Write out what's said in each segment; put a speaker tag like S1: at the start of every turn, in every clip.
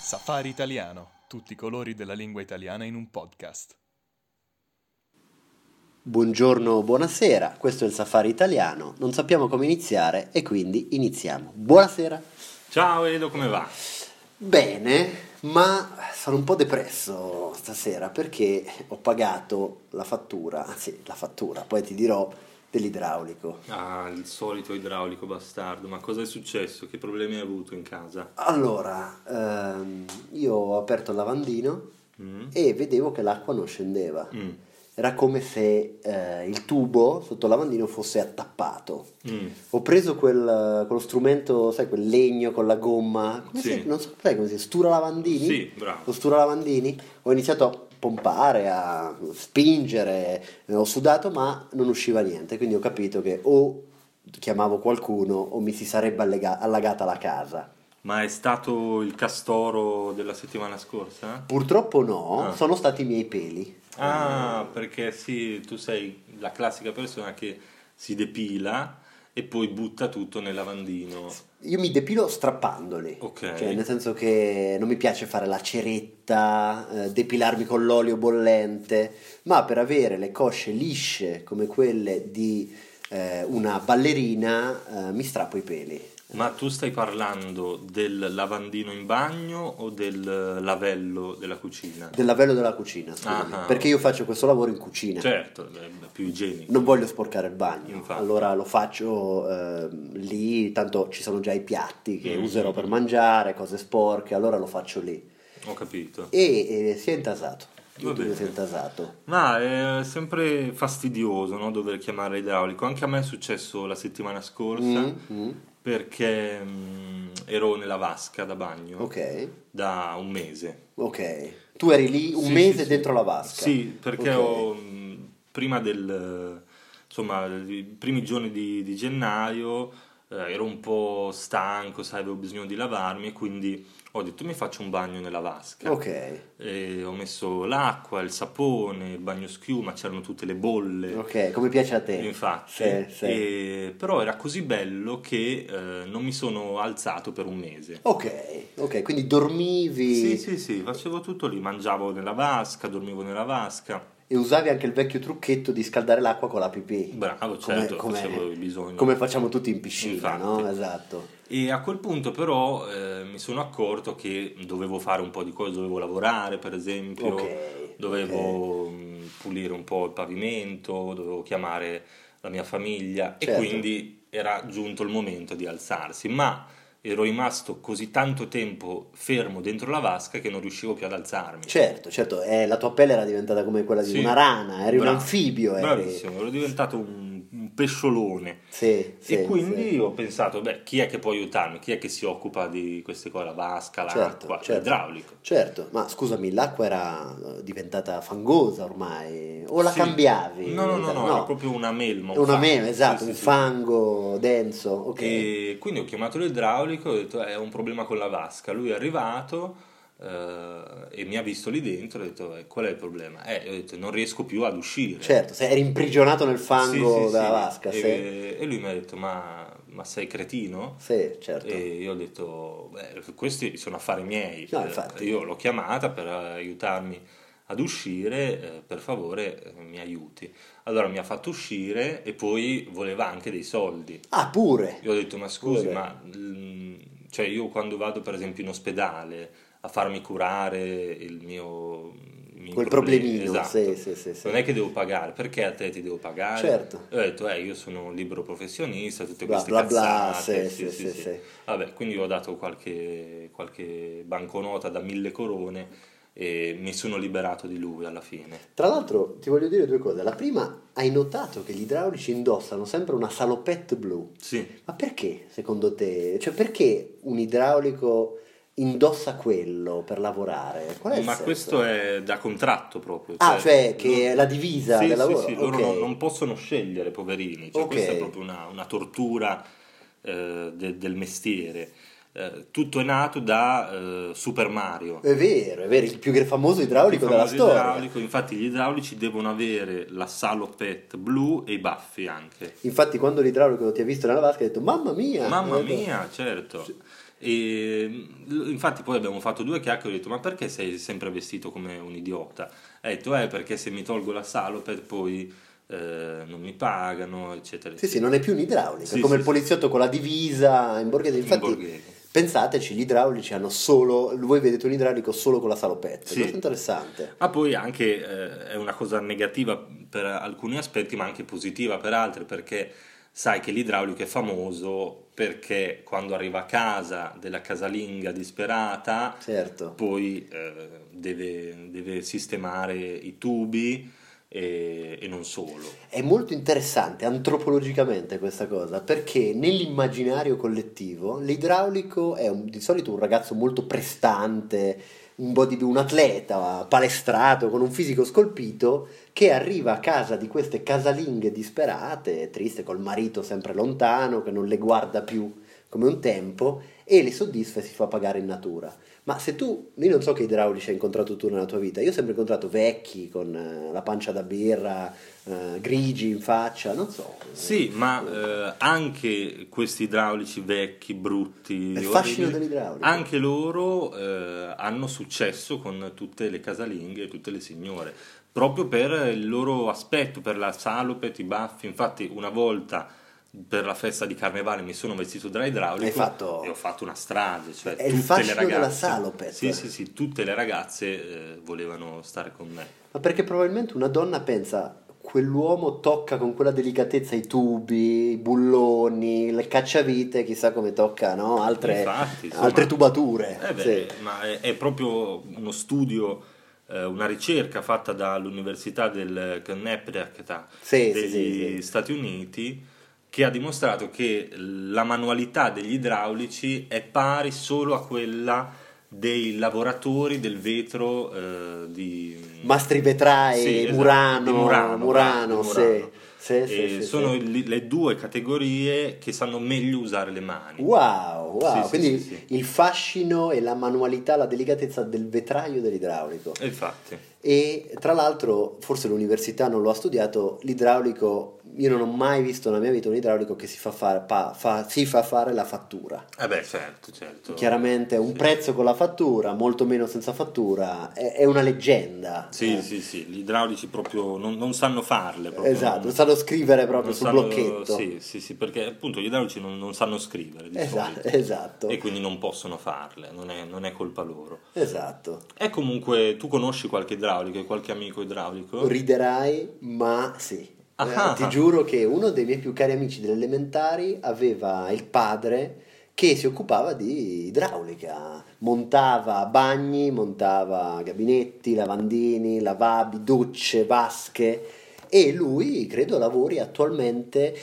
S1: Safari Italiano, tutti i colori della lingua italiana in un podcast.
S2: Buongiorno, buonasera, questo è il Safari Italiano, non sappiamo come iniziare e quindi iniziamo. Buonasera.
S3: Ciao Edo, come va?
S2: Bene, ma sono un po' depresso stasera perché ho pagato la fattura, anzi la fattura, poi ti dirò dell'idraulico.
S3: Ah, il solito idraulico bastardo, ma cosa è successo? Che problemi hai avuto in casa?
S2: Allora, ehm, io ho aperto il lavandino
S3: Mm?
S2: e vedevo che l'acqua non scendeva.
S3: Mm.
S2: Era come se eh, il tubo sotto il lavandino fosse attappato.
S3: Mm.
S2: Ho preso quel, quello strumento, sai, quel legno con la gomma, come
S3: Sì.
S2: si- non so sai come si stura lavandini?
S3: Sì, bravo.
S2: Lo stura lavandini, ho iniziato a pompare, a spingere, eh, ho sudato ma non usciva niente, quindi ho capito che o chiamavo qualcuno o mi si sarebbe allega- allagata la casa.
S3: Ma è stato il castoro della settimana scorsa?
S2: Purtroppo no,
S3: Ah.
S2: sono stati i miei peli.
S3: Ah, perché sì, tu sei la classica persona che si depila e poi butta tutto nel lavandino.
S2: Io mi depilo strappandoli,
S3: Ok.
S2: cioè nel senso che non mi piace fare la ceretta, eh, depilarmi con l'olio bollente, ma per avere le cosce lisce come quelle di eh, una ballerina eh, mi strappo i peli.
S3: Ma tu stai parlando del lavandino in bagno o del lavello della cucina?
S2: Del lavello della cucina, scusami,
S3: Ah, ah.
S2: perché io faccio questo lavoro in cucina,
S3: Certo, è più igienico.
S2: non voglio sporcare il bagno,
S3: Infatti.
S2: allora lo faccio ehm, lì, tanto ci sono già i piatti che
S3: Mm.
S2: userò per mangiare, cose sporche, allora lo faccio lì.
S3: Ho capito.
S2: E, eh, si è intasato,
S3: Va
S2: YouTube
S3: bene.
S2: si è intasato.
S3: Ma è sempre fastidioso no, dover chiamare idraulico. Anche a me è successo la settimana scorsa
S2: Mm, mm.
S3: perché mm, ero nella vasca da bagno
S2: Ok,
S3: da un mese.
S2: ok. Tu eri lì un
S3: Sì,
S2: mese
S3: sì, sì.
S2: dentro la vasca.
S3: Sì, perché
S2: Ok.
S3: ho, mm, prima del insomma, i primi giorni di, di gennaio eh, ero un po' stanco, sai, avevo bisogno di lavarmi e quindi ho detto mi faccio un bagno nella vasca.
S2: Ok,
S3: Eh. E ho messo l'acqua, il sapone, il bagno schiuma, c'erano tutte le bolle.
S2: ok, come piace a te.
S3: Infatti,
S2: Sì, sì.
S3: E- però era così bello che eh, non mi sono alzato per un mese.
S2: Ok, ok, quindi dormivi
S3: Sì, sì, sì, facevo tutto lì, mangiavo nella vasca, dormivo nella vasca.
S2: e usavi anche il vecchio trucchetto di scaldare l'acqua con la pipì.
S3: Bravo,
S2: Come-
S3: certo,
S2: come-
S3: facevo il bisogno.
S2: Come facciamo tutti in piscina,
S3: Infatti.
S2: no? Esatto.
S3: E a quel punto però eh, mi sono accorto che dovevo fare un po' di cose, dovevo lavorare per esempio,
S2: Ok,
S3: dovevo mh, pulire un po' il pavimento, dovevo chiamare la mia famiglia
S2: Certo.
S3: e quindi era giunto il momento di alzarsi, ma ero rimasto così tanto tempo fermo dentro la vasca che non riuscivo più ad alzarmi.
S2: Certo, certo, eh, la tua pelle era diventata come quella di
S3: Sì.
S2: una rana, eri
S3: Bravo.
S2: un anfibio, eri.
S3: Bravissimo, ero diventato un, un pesciolone.
S2: Sì, sì,
S3: e quindi
S2: sì.
S3: ho pensato, beh, chi è che può aiutarmi? Chi è che si occupa di queste cose? La vasca,
S2: Certo,
S3: l'acqua,
S2: certo.
S3: l'idraulico.
S2: Certo, ma scusami, l'acqua era eh, diventata fangosa ormai, o la
S3: Sì.
S2: cambiavi?
S3: No, no, no, no, era proprio una melma.
S2: È
S3: un
S2: una
S3: fango.
S2: meme, esatto,
S3: Sì, sì,
S2: un
S3: sì.
S2: fango denso, ok.
S3: E quindi ho chiamato l'idraulico e ho detto, eh, è un problema con la vasca. Lui è arrivato eh, e mi ha visto lì dentro e ho detto, eh, qual è il problema? Eh, ho detto, non riesco più ad uscire.
S2: Certo, se eri imprigionato nel
S3: Sì,
S2: fango
S3: sì, sì.
S2: della vasca, sì.
S3: E, e lui mi ha detto, ma, ma sei cretino?
S2: Sì, certo.
S3: E io ho detto, "Beh, questi sono affari miei.
S2: No,
S3: Eh,
S2: infatti.
S3: Io l'ho chiamata per aiutarmi ad uscire, eh, per favore eh, mi aiuti. Allora mi ha fatto uscire e poi voleva anche dei soldi.
S2: Ah, pure.
S3: Io ho detto, ma scusi,
S2: Pure.
S3: ma mm, cioè io quando vado per esempio in ospedale a farmi curare il mio... i miei
S2: Quel
S3: problemi-
S2: problemino,
S3: esatto,
S2: sì, sì, sì, sì.
S3: Non è che devo pagare, perché a te ti devo pagare?
S2: Certo.
S3: E Ho detto, eh, io sono libero professionista, tutte
S2: Bla,
S3: queste
S2: bla, bla,
S3: cazzate.
S2: sì, sì, sì, sì.
S3: Vabbè, quindi ho dato qualche, qualche banconota da mille corone e mi sono liberato di lui alla fine.
S2: Tra l'altro ti voglio dire due cose. La prima, hai notato che gli idraulici indossano sempre una salopette blu.
S3: Sì.
S2: Ma perché, secondo te? Cioè, perché un idraulico indossa quello per lavorare? Qual è il
S3: Ma
S2: senso?
S3: questo è da contratto proprio.
S2: Ah, cioè, che
S3: non-
S2: è la divisa
S3: sì,
S2: del
S3: sì,
S2: lavoro?
S3: sì, loro
S2: Ok.
S3: non, non possono scegliere, poverini. Cioè,
S2: Ok.
S3: Questa è proprio una, una tortura eh, de- del mestiere. eh, tutto è nato da eh, Super Mario.
S2: È vero, è vero, il più famoso idraulico
S3: Il
S2: della
S3: famoso
S2: storia.
S3: idraulico, infatti gli idraulici devono avere la salopette blu e i baffi anche.
S2: Infatti, quando l'idraulico ti ha visto nella vasca, ha detto: Mamma mia!
S3: Mamma
S2: Eh,
S3: mia, certo. E, mh, infatti poi abbiamo fatto due chiacchiere e ho detto ma perché sei sempre vestito come un idiota? Ha detto eh perché se mi tolgo la salopet poi eh, non mi pagano eccetera
S2: Sì, sì,
S3: eccetera.
S2: non è più un idraulico,
S3: Sì,
S2: è come
S3: sì,
S2: il
S3: sì.
S2: poliziotto con la divisa in borghese.
S3: In
S2: Infatti,
S3: borghese.
S2: pensateci, gli idraulici hanno solo. Voi vedete un idraulico solo con la salopetta.
S3: Sì.
S2: Questo è interessante.
S3: Ma Ah, poi anche eh, è una cosa negativa per alcuni aspetti, ma anche positiva per altri, perché sai che l'idraulico è famoso perché quando arriva a casa della casalinga disperata,
S2: Certo.
S3: poi eh, deve, deve sistemare i tubi e, e non solo.
S2: È molto interessante antropologicamente questa cosa, perché nell'immaginario collettivo l'idraulico è un- di solito un ragazzo molto prestante, un, bodybu- un atleta palestrato con un fisico scolpito che arriva a casa di queste casalinghe disperate, triste, col marito sempre lontano, che non le guarda più come un tempo e le soddisfa e si fa pagare in natura. Ma se tu, io non so che idraulici hai incontrato tu nella tua vita, io ho sempre incontrato vecchi con eh, la pancia da birra, eh, grigi in faccia, non so.
S3: Sì, ma eh, anche questi idraulici vecchi, brutti,
S2: Il fascino
S3: orribili,
S2: dell'idraulico.
S3: anche loro eh, hanno successo con tutte le casalinghe e tutte le signore, proprio per il loro aspetto, per la salope, i baffi. Infatti una volta per la festa di carnevale mi sono vestito da
S2: Hai
S3: idraulico
S2: fatto-
S3: e ho fatto una strage, cioè
S2: È il
S3: tutte
S2: fascino
S3: le
S2: della
S3: ragazze,
S2: salope. cioè.
S3: Sì, sì, sì, tutte le ragazze eh, volevano stare con me.
S2: Ma perché probabilmente una donna pensa quell'uomo tocca con quella delicatezza i tubi, i bulloni, le cacciavite, chissà come tocca, no? Altre,
S3: Infatti, insomma.
S2: altre tubature.
S3: Eh beh,
S2: Sì.
S3: ma è, è proprio uno studio, eh, una ricerca fatta dall'Università del Connecticut
S2: Sì, sì,
S3: degli
S2: sì, sì.
S3: Stati Uniti che ha dimostrato che la manualità degli idraulici è pari solo a quella dei lavoratori del vetro eh, di
S2: Mastri vetrai,
S3: Sì, esatto,
S2: Murano,
S3: di Murano,
S2: Murano,
S3: bravo, di
S2: sì.
S3: Murano.
S2: Sì, sì,
S3: E
S2: sì,
S3: sono
S2: sì.
S3: li- le due categorie che sanno meglio usare le mani.
S2: Wow, wow,
S3: Sì, sì,
S2: quindi
S3: sì, sì.
S2: il fascino e la manualità, la delicatezza del vetraio dell'idraulico.
S3: E Infatti.
S2: E tra l'altro, forse l'università non lo ha studiato, l'idraulico, io non ho mai visto nella mia vita un idraulico che si fa fare, pa- fa- si fa fare la fattura.
S3: Eh beh, certo, certo.
S2: Chiaramente un
S3: Sì.
S2: prezzo con la fattura, molto meno senza fattura, è, è una leggenda.
S3: Sì,
S2: Eh,
S3: sì, sì, gli idraulici proprio non, non sanno farle. Proprio,
S2: Esatto,
S3: non-
S2: sanno scrivere proprio
S3: non
S2: sul
S3: sanno-
S2: blocchetto.
S3: Sì, sì, sì, perché appunto gli idraulici non, non sanno scrivere. Di
S2: Esatto,
S3: solito,
S2: esatto.
S3: E quindi non possono farle, non è, non è colpa loro.
S2: Esatto.
S3: E comunque tu conosci qualche idraulico, e qualche amico idraulico?
S2: Riderai, ma sì.
S3: Ecco. Ah.
S2: Eh, ti giuro che uno dei miei più cari amici delle elementari aveva il padre che si occupava di idraulica, montava bagni, montava gabinetti, lavandini, lavabi, docce, vasche e lui credo lavori attualmente,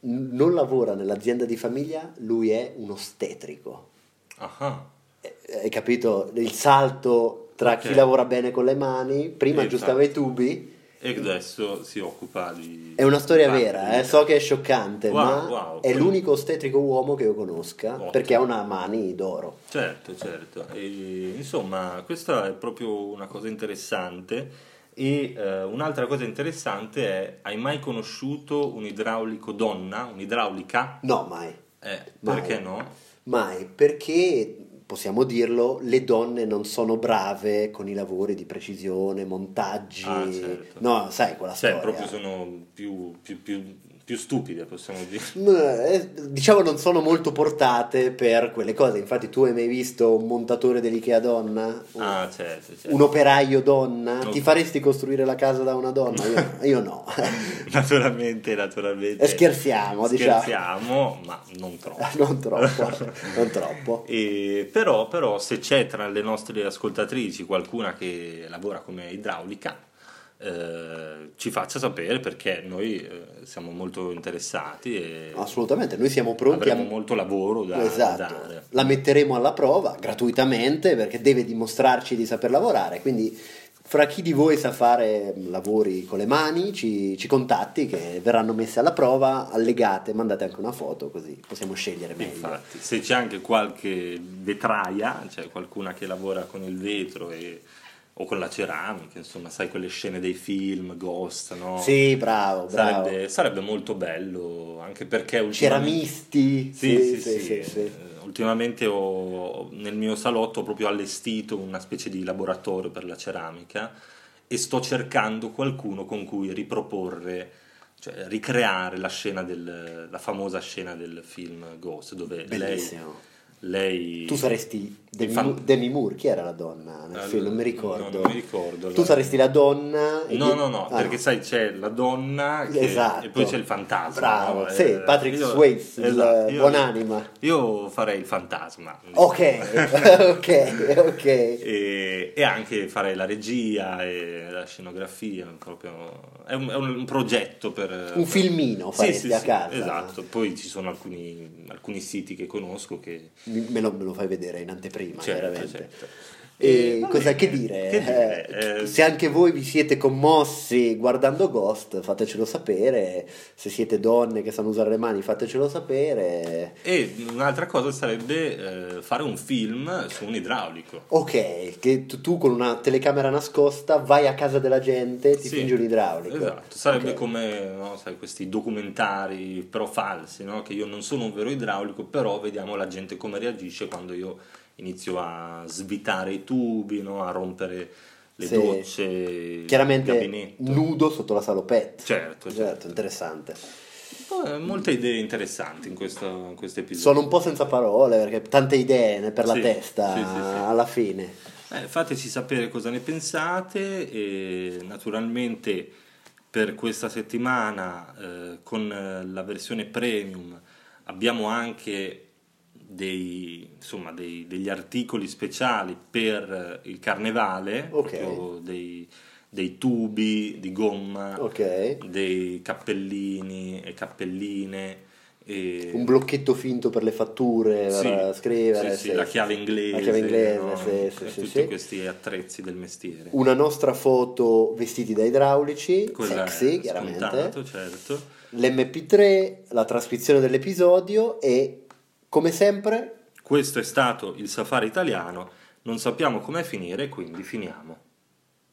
S2: n- non lavora nell'azienda di famiglia, lui è un ostetrico.
S3: Ah, ah.
S2: Eh, Hai capito il salto tra
S3: Ok. Esatto.
S2: chi lavora bene con le mani, prima
S3: Sì,
S2: aggiustava i
S3: infatti.
S2: tubi,
S3: E adesso si occupa di...
S2: è una storia
S3: di-
S2: vera, eh, so che è scioccante,
S3: Wow,
S2: ma
S3: wow,
S2: è
S3: quindi-
S2: l'unico ostetrico uomo che io conosca
S3: Ottimo.
S2: perché ha una mani d'oro.
S3: Certo, certo. E, insomma, questa è proprio una cosa interessante. E eh, un'altra cosa interessante è, hai mai conosciuto un idraulico donna, un'idraulica?
S2: No, mai.
S3: Eh,
S2: Mai.
S3: perché no?
S2: Mai, perché possiamo dirlo, le donne non sono brave con i lavori di precisione, montaggi.
S3: Ah, certo.
S2: No, sai quella
S3: Cioè,
S2: storia.
S3: proprio sono più, più, più, più stupide, possiamo dire.
S2: Mm, eh, Diciamo non sono molto portate per quelle cose, infatti tu hai mai visto un montatore dell'Ikea donna? Un-
S3: Ah, certo, certo.
S2: Un operaio donna? Ti
S3: Ok.
S2: faresti costruire la casa da una donna? Io, io no.
S3: Naturalmente, naturalmente.
S2: E scherziamo, diciamo.
S3: Scherziamo, ma non troppo.
S2: non troppo, non troppo.
S3: E però, però se c'è tra le nostre ascoltatrici qualcuna che lavora come idraulica, eh, ci faccia sapere perché noi eh, siamo molto interessati e
S2: Assolutamente, noi siamo pronti
S3: avremo
S2: a...
S3: molto lavoro da, da
S2: Esatto,
S3: dare.
S2: la metteremo alla prova gratuitamente perché deve dimostrarci di saper lavorare, quindi Fra chi di voi sa fare mm, lavori con le mani, ci, ci contatti che verranno messe alla prova, allegate, mandate anche una foto così possiamo scegliere meglio.
S3: Infatti, se c'è anche qualche vetraia, cioè qualcuna che lavora con il vetro e- o con la ceramica, insomma, sai quelle scene dei film, Ghost, no?
S2: Sì, bravo, bravo.
S3: Sarebbe, sarebbe molto bello, anche perché ultimamente...
S2: Ceramisti.
S3: Sì, sì, sì, eh, Ultimamente ho- nel mio salotto ho proprio allestito una specie di laboratorio per la ceramica e sto cercando qualcuno con cui riproporre, cioè ricreare la scena del, la famosa scena del film Ghost, dove lei,
S2: Bellissimo.
S3: lei-
S2: Tu saresti Demi,
S3: Fan-
S2: Mu- Demi Moore, chi era la donna nel
S3: Eh,
S2: film? Non mi
S3: no,
S2: ricordo.
S3: non mi ricordo,
S2: Tu
S3: allora.
S2: saresti la donna. e-
S3: No, no, no,
S2: Ah,
S3: perché sai c'è la donna che-
S2: Esatto.
S3: e poi c'è il fantasma.
S2: Bravo,
S3: no?
S2: sì,
S3: Eh,
S2: Patrick
S3: io-
S2: Swayze, il
S3: esatto, io-
S2: buonanima.
S3: Io farei il fantasma.
S2: Ok, ok, ok.
S3: e, e anche fare la regia e la scenografia proprio è un, è un progetto per
S2: Un filmino faresti
S3: sì, sì,
S2: a
S3: sì,
S2: casa.
S3: esatto poi ci sono alcuni, alcuni siti che conosco che
S2: Mi- Me lo, me lo fai vedere in anteprima,
S3: Certo,
S2: veramente.
S3: certo.
S2: E
S3: Eh, va
S2: cosa
S3: bene.
S2: che dire?
S3: Che dire?
S2: Eh,
S3: Eh,
S2: se anche voi vi siete commossi guardando Ghost, fatecelo sapere. Se siete donne che sanno usare le mani, fatecelo sapere.
S3: e un'altra cosa sarebbe eh, fare un film su un idraulico
S2: Ok, che tu, tu con una telecamera nascosta vai a casa della gente, ti
S3: Sì,
S2: fingi un idraulico.
S3: esatto sarebbe
S2: Ok.
S3: come no, sai, questi documentari però falsi no? che io non sono un vero idraulico però vediamo la gente come reagisce quando io inizio a svitare i tubi no? a rompere le
S2: Sì.
S3: docce il
S2: Chiaramente
S3: gabinetto
S2: nudo sotto la salopette. Esatto,
S3: Certo, certo.
S2: interessante.
S3: Eh, molte idee interessanti in questo, in questo episodio
S2: Esatto. Sono un po' senza parole perché tante idee per la
S3: Sì,
S2: testa
S3: sì, sì, sì.
S2: alla fine.
S3: Eh, fateci sapere cosa ne pensate e naturalmente per questa settimana eh, con eh, la versione premium abbiamo anche dei- insomma, dei- degli articoli speciali per eh, il carnevale,
S2: Ok.
S3: proprio dei, dei tubi di gomma,
S2: Ok.
S3: dei cappellini e cappelline. e-
S2: Un blocchetto finto per le fatture,
S3: sì,
S2: per scrivere.
S3: sì, sì,
S2: sì,
S3: la
S2: sì.
S3: chiave inglese,
S2: La chiave inglese,
S3: no?
S2: sì, sì,
S3: E
S2: sì,
S3: tutti
S2: sì. Uh,
S3: questi attrezzi del mestiere.
S2: Una nostra foto vestiti da idraulici,
S3: Quella
S2: sexy
S3: è
S2: chiaramente.
S3: scontato, certo.
S2: L'MP3, la trascrizione dell'episodio e come sempre
S3: Questo è stato il safari italiano, non sappiamo come finire, quindi finiamo.